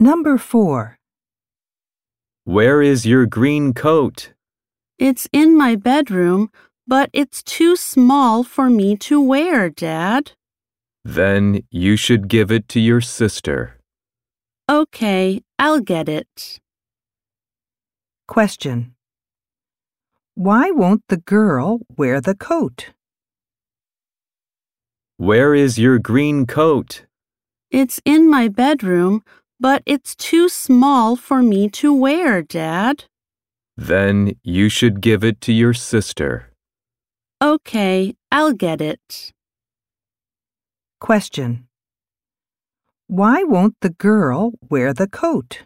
Number four. Where is your green coat? It's in my bedroom, but it's too small for me to wear, Dad. Then you should give it to your sister. Okay, I'll get it. Question. Why won't the girl wear the coat? Where is your green coat? It's in my bedroom, but it's too small for me to wear, Dad. Then you should give it to your sister. Okay, I'll get it. Question. Why won't the girl wear the coat?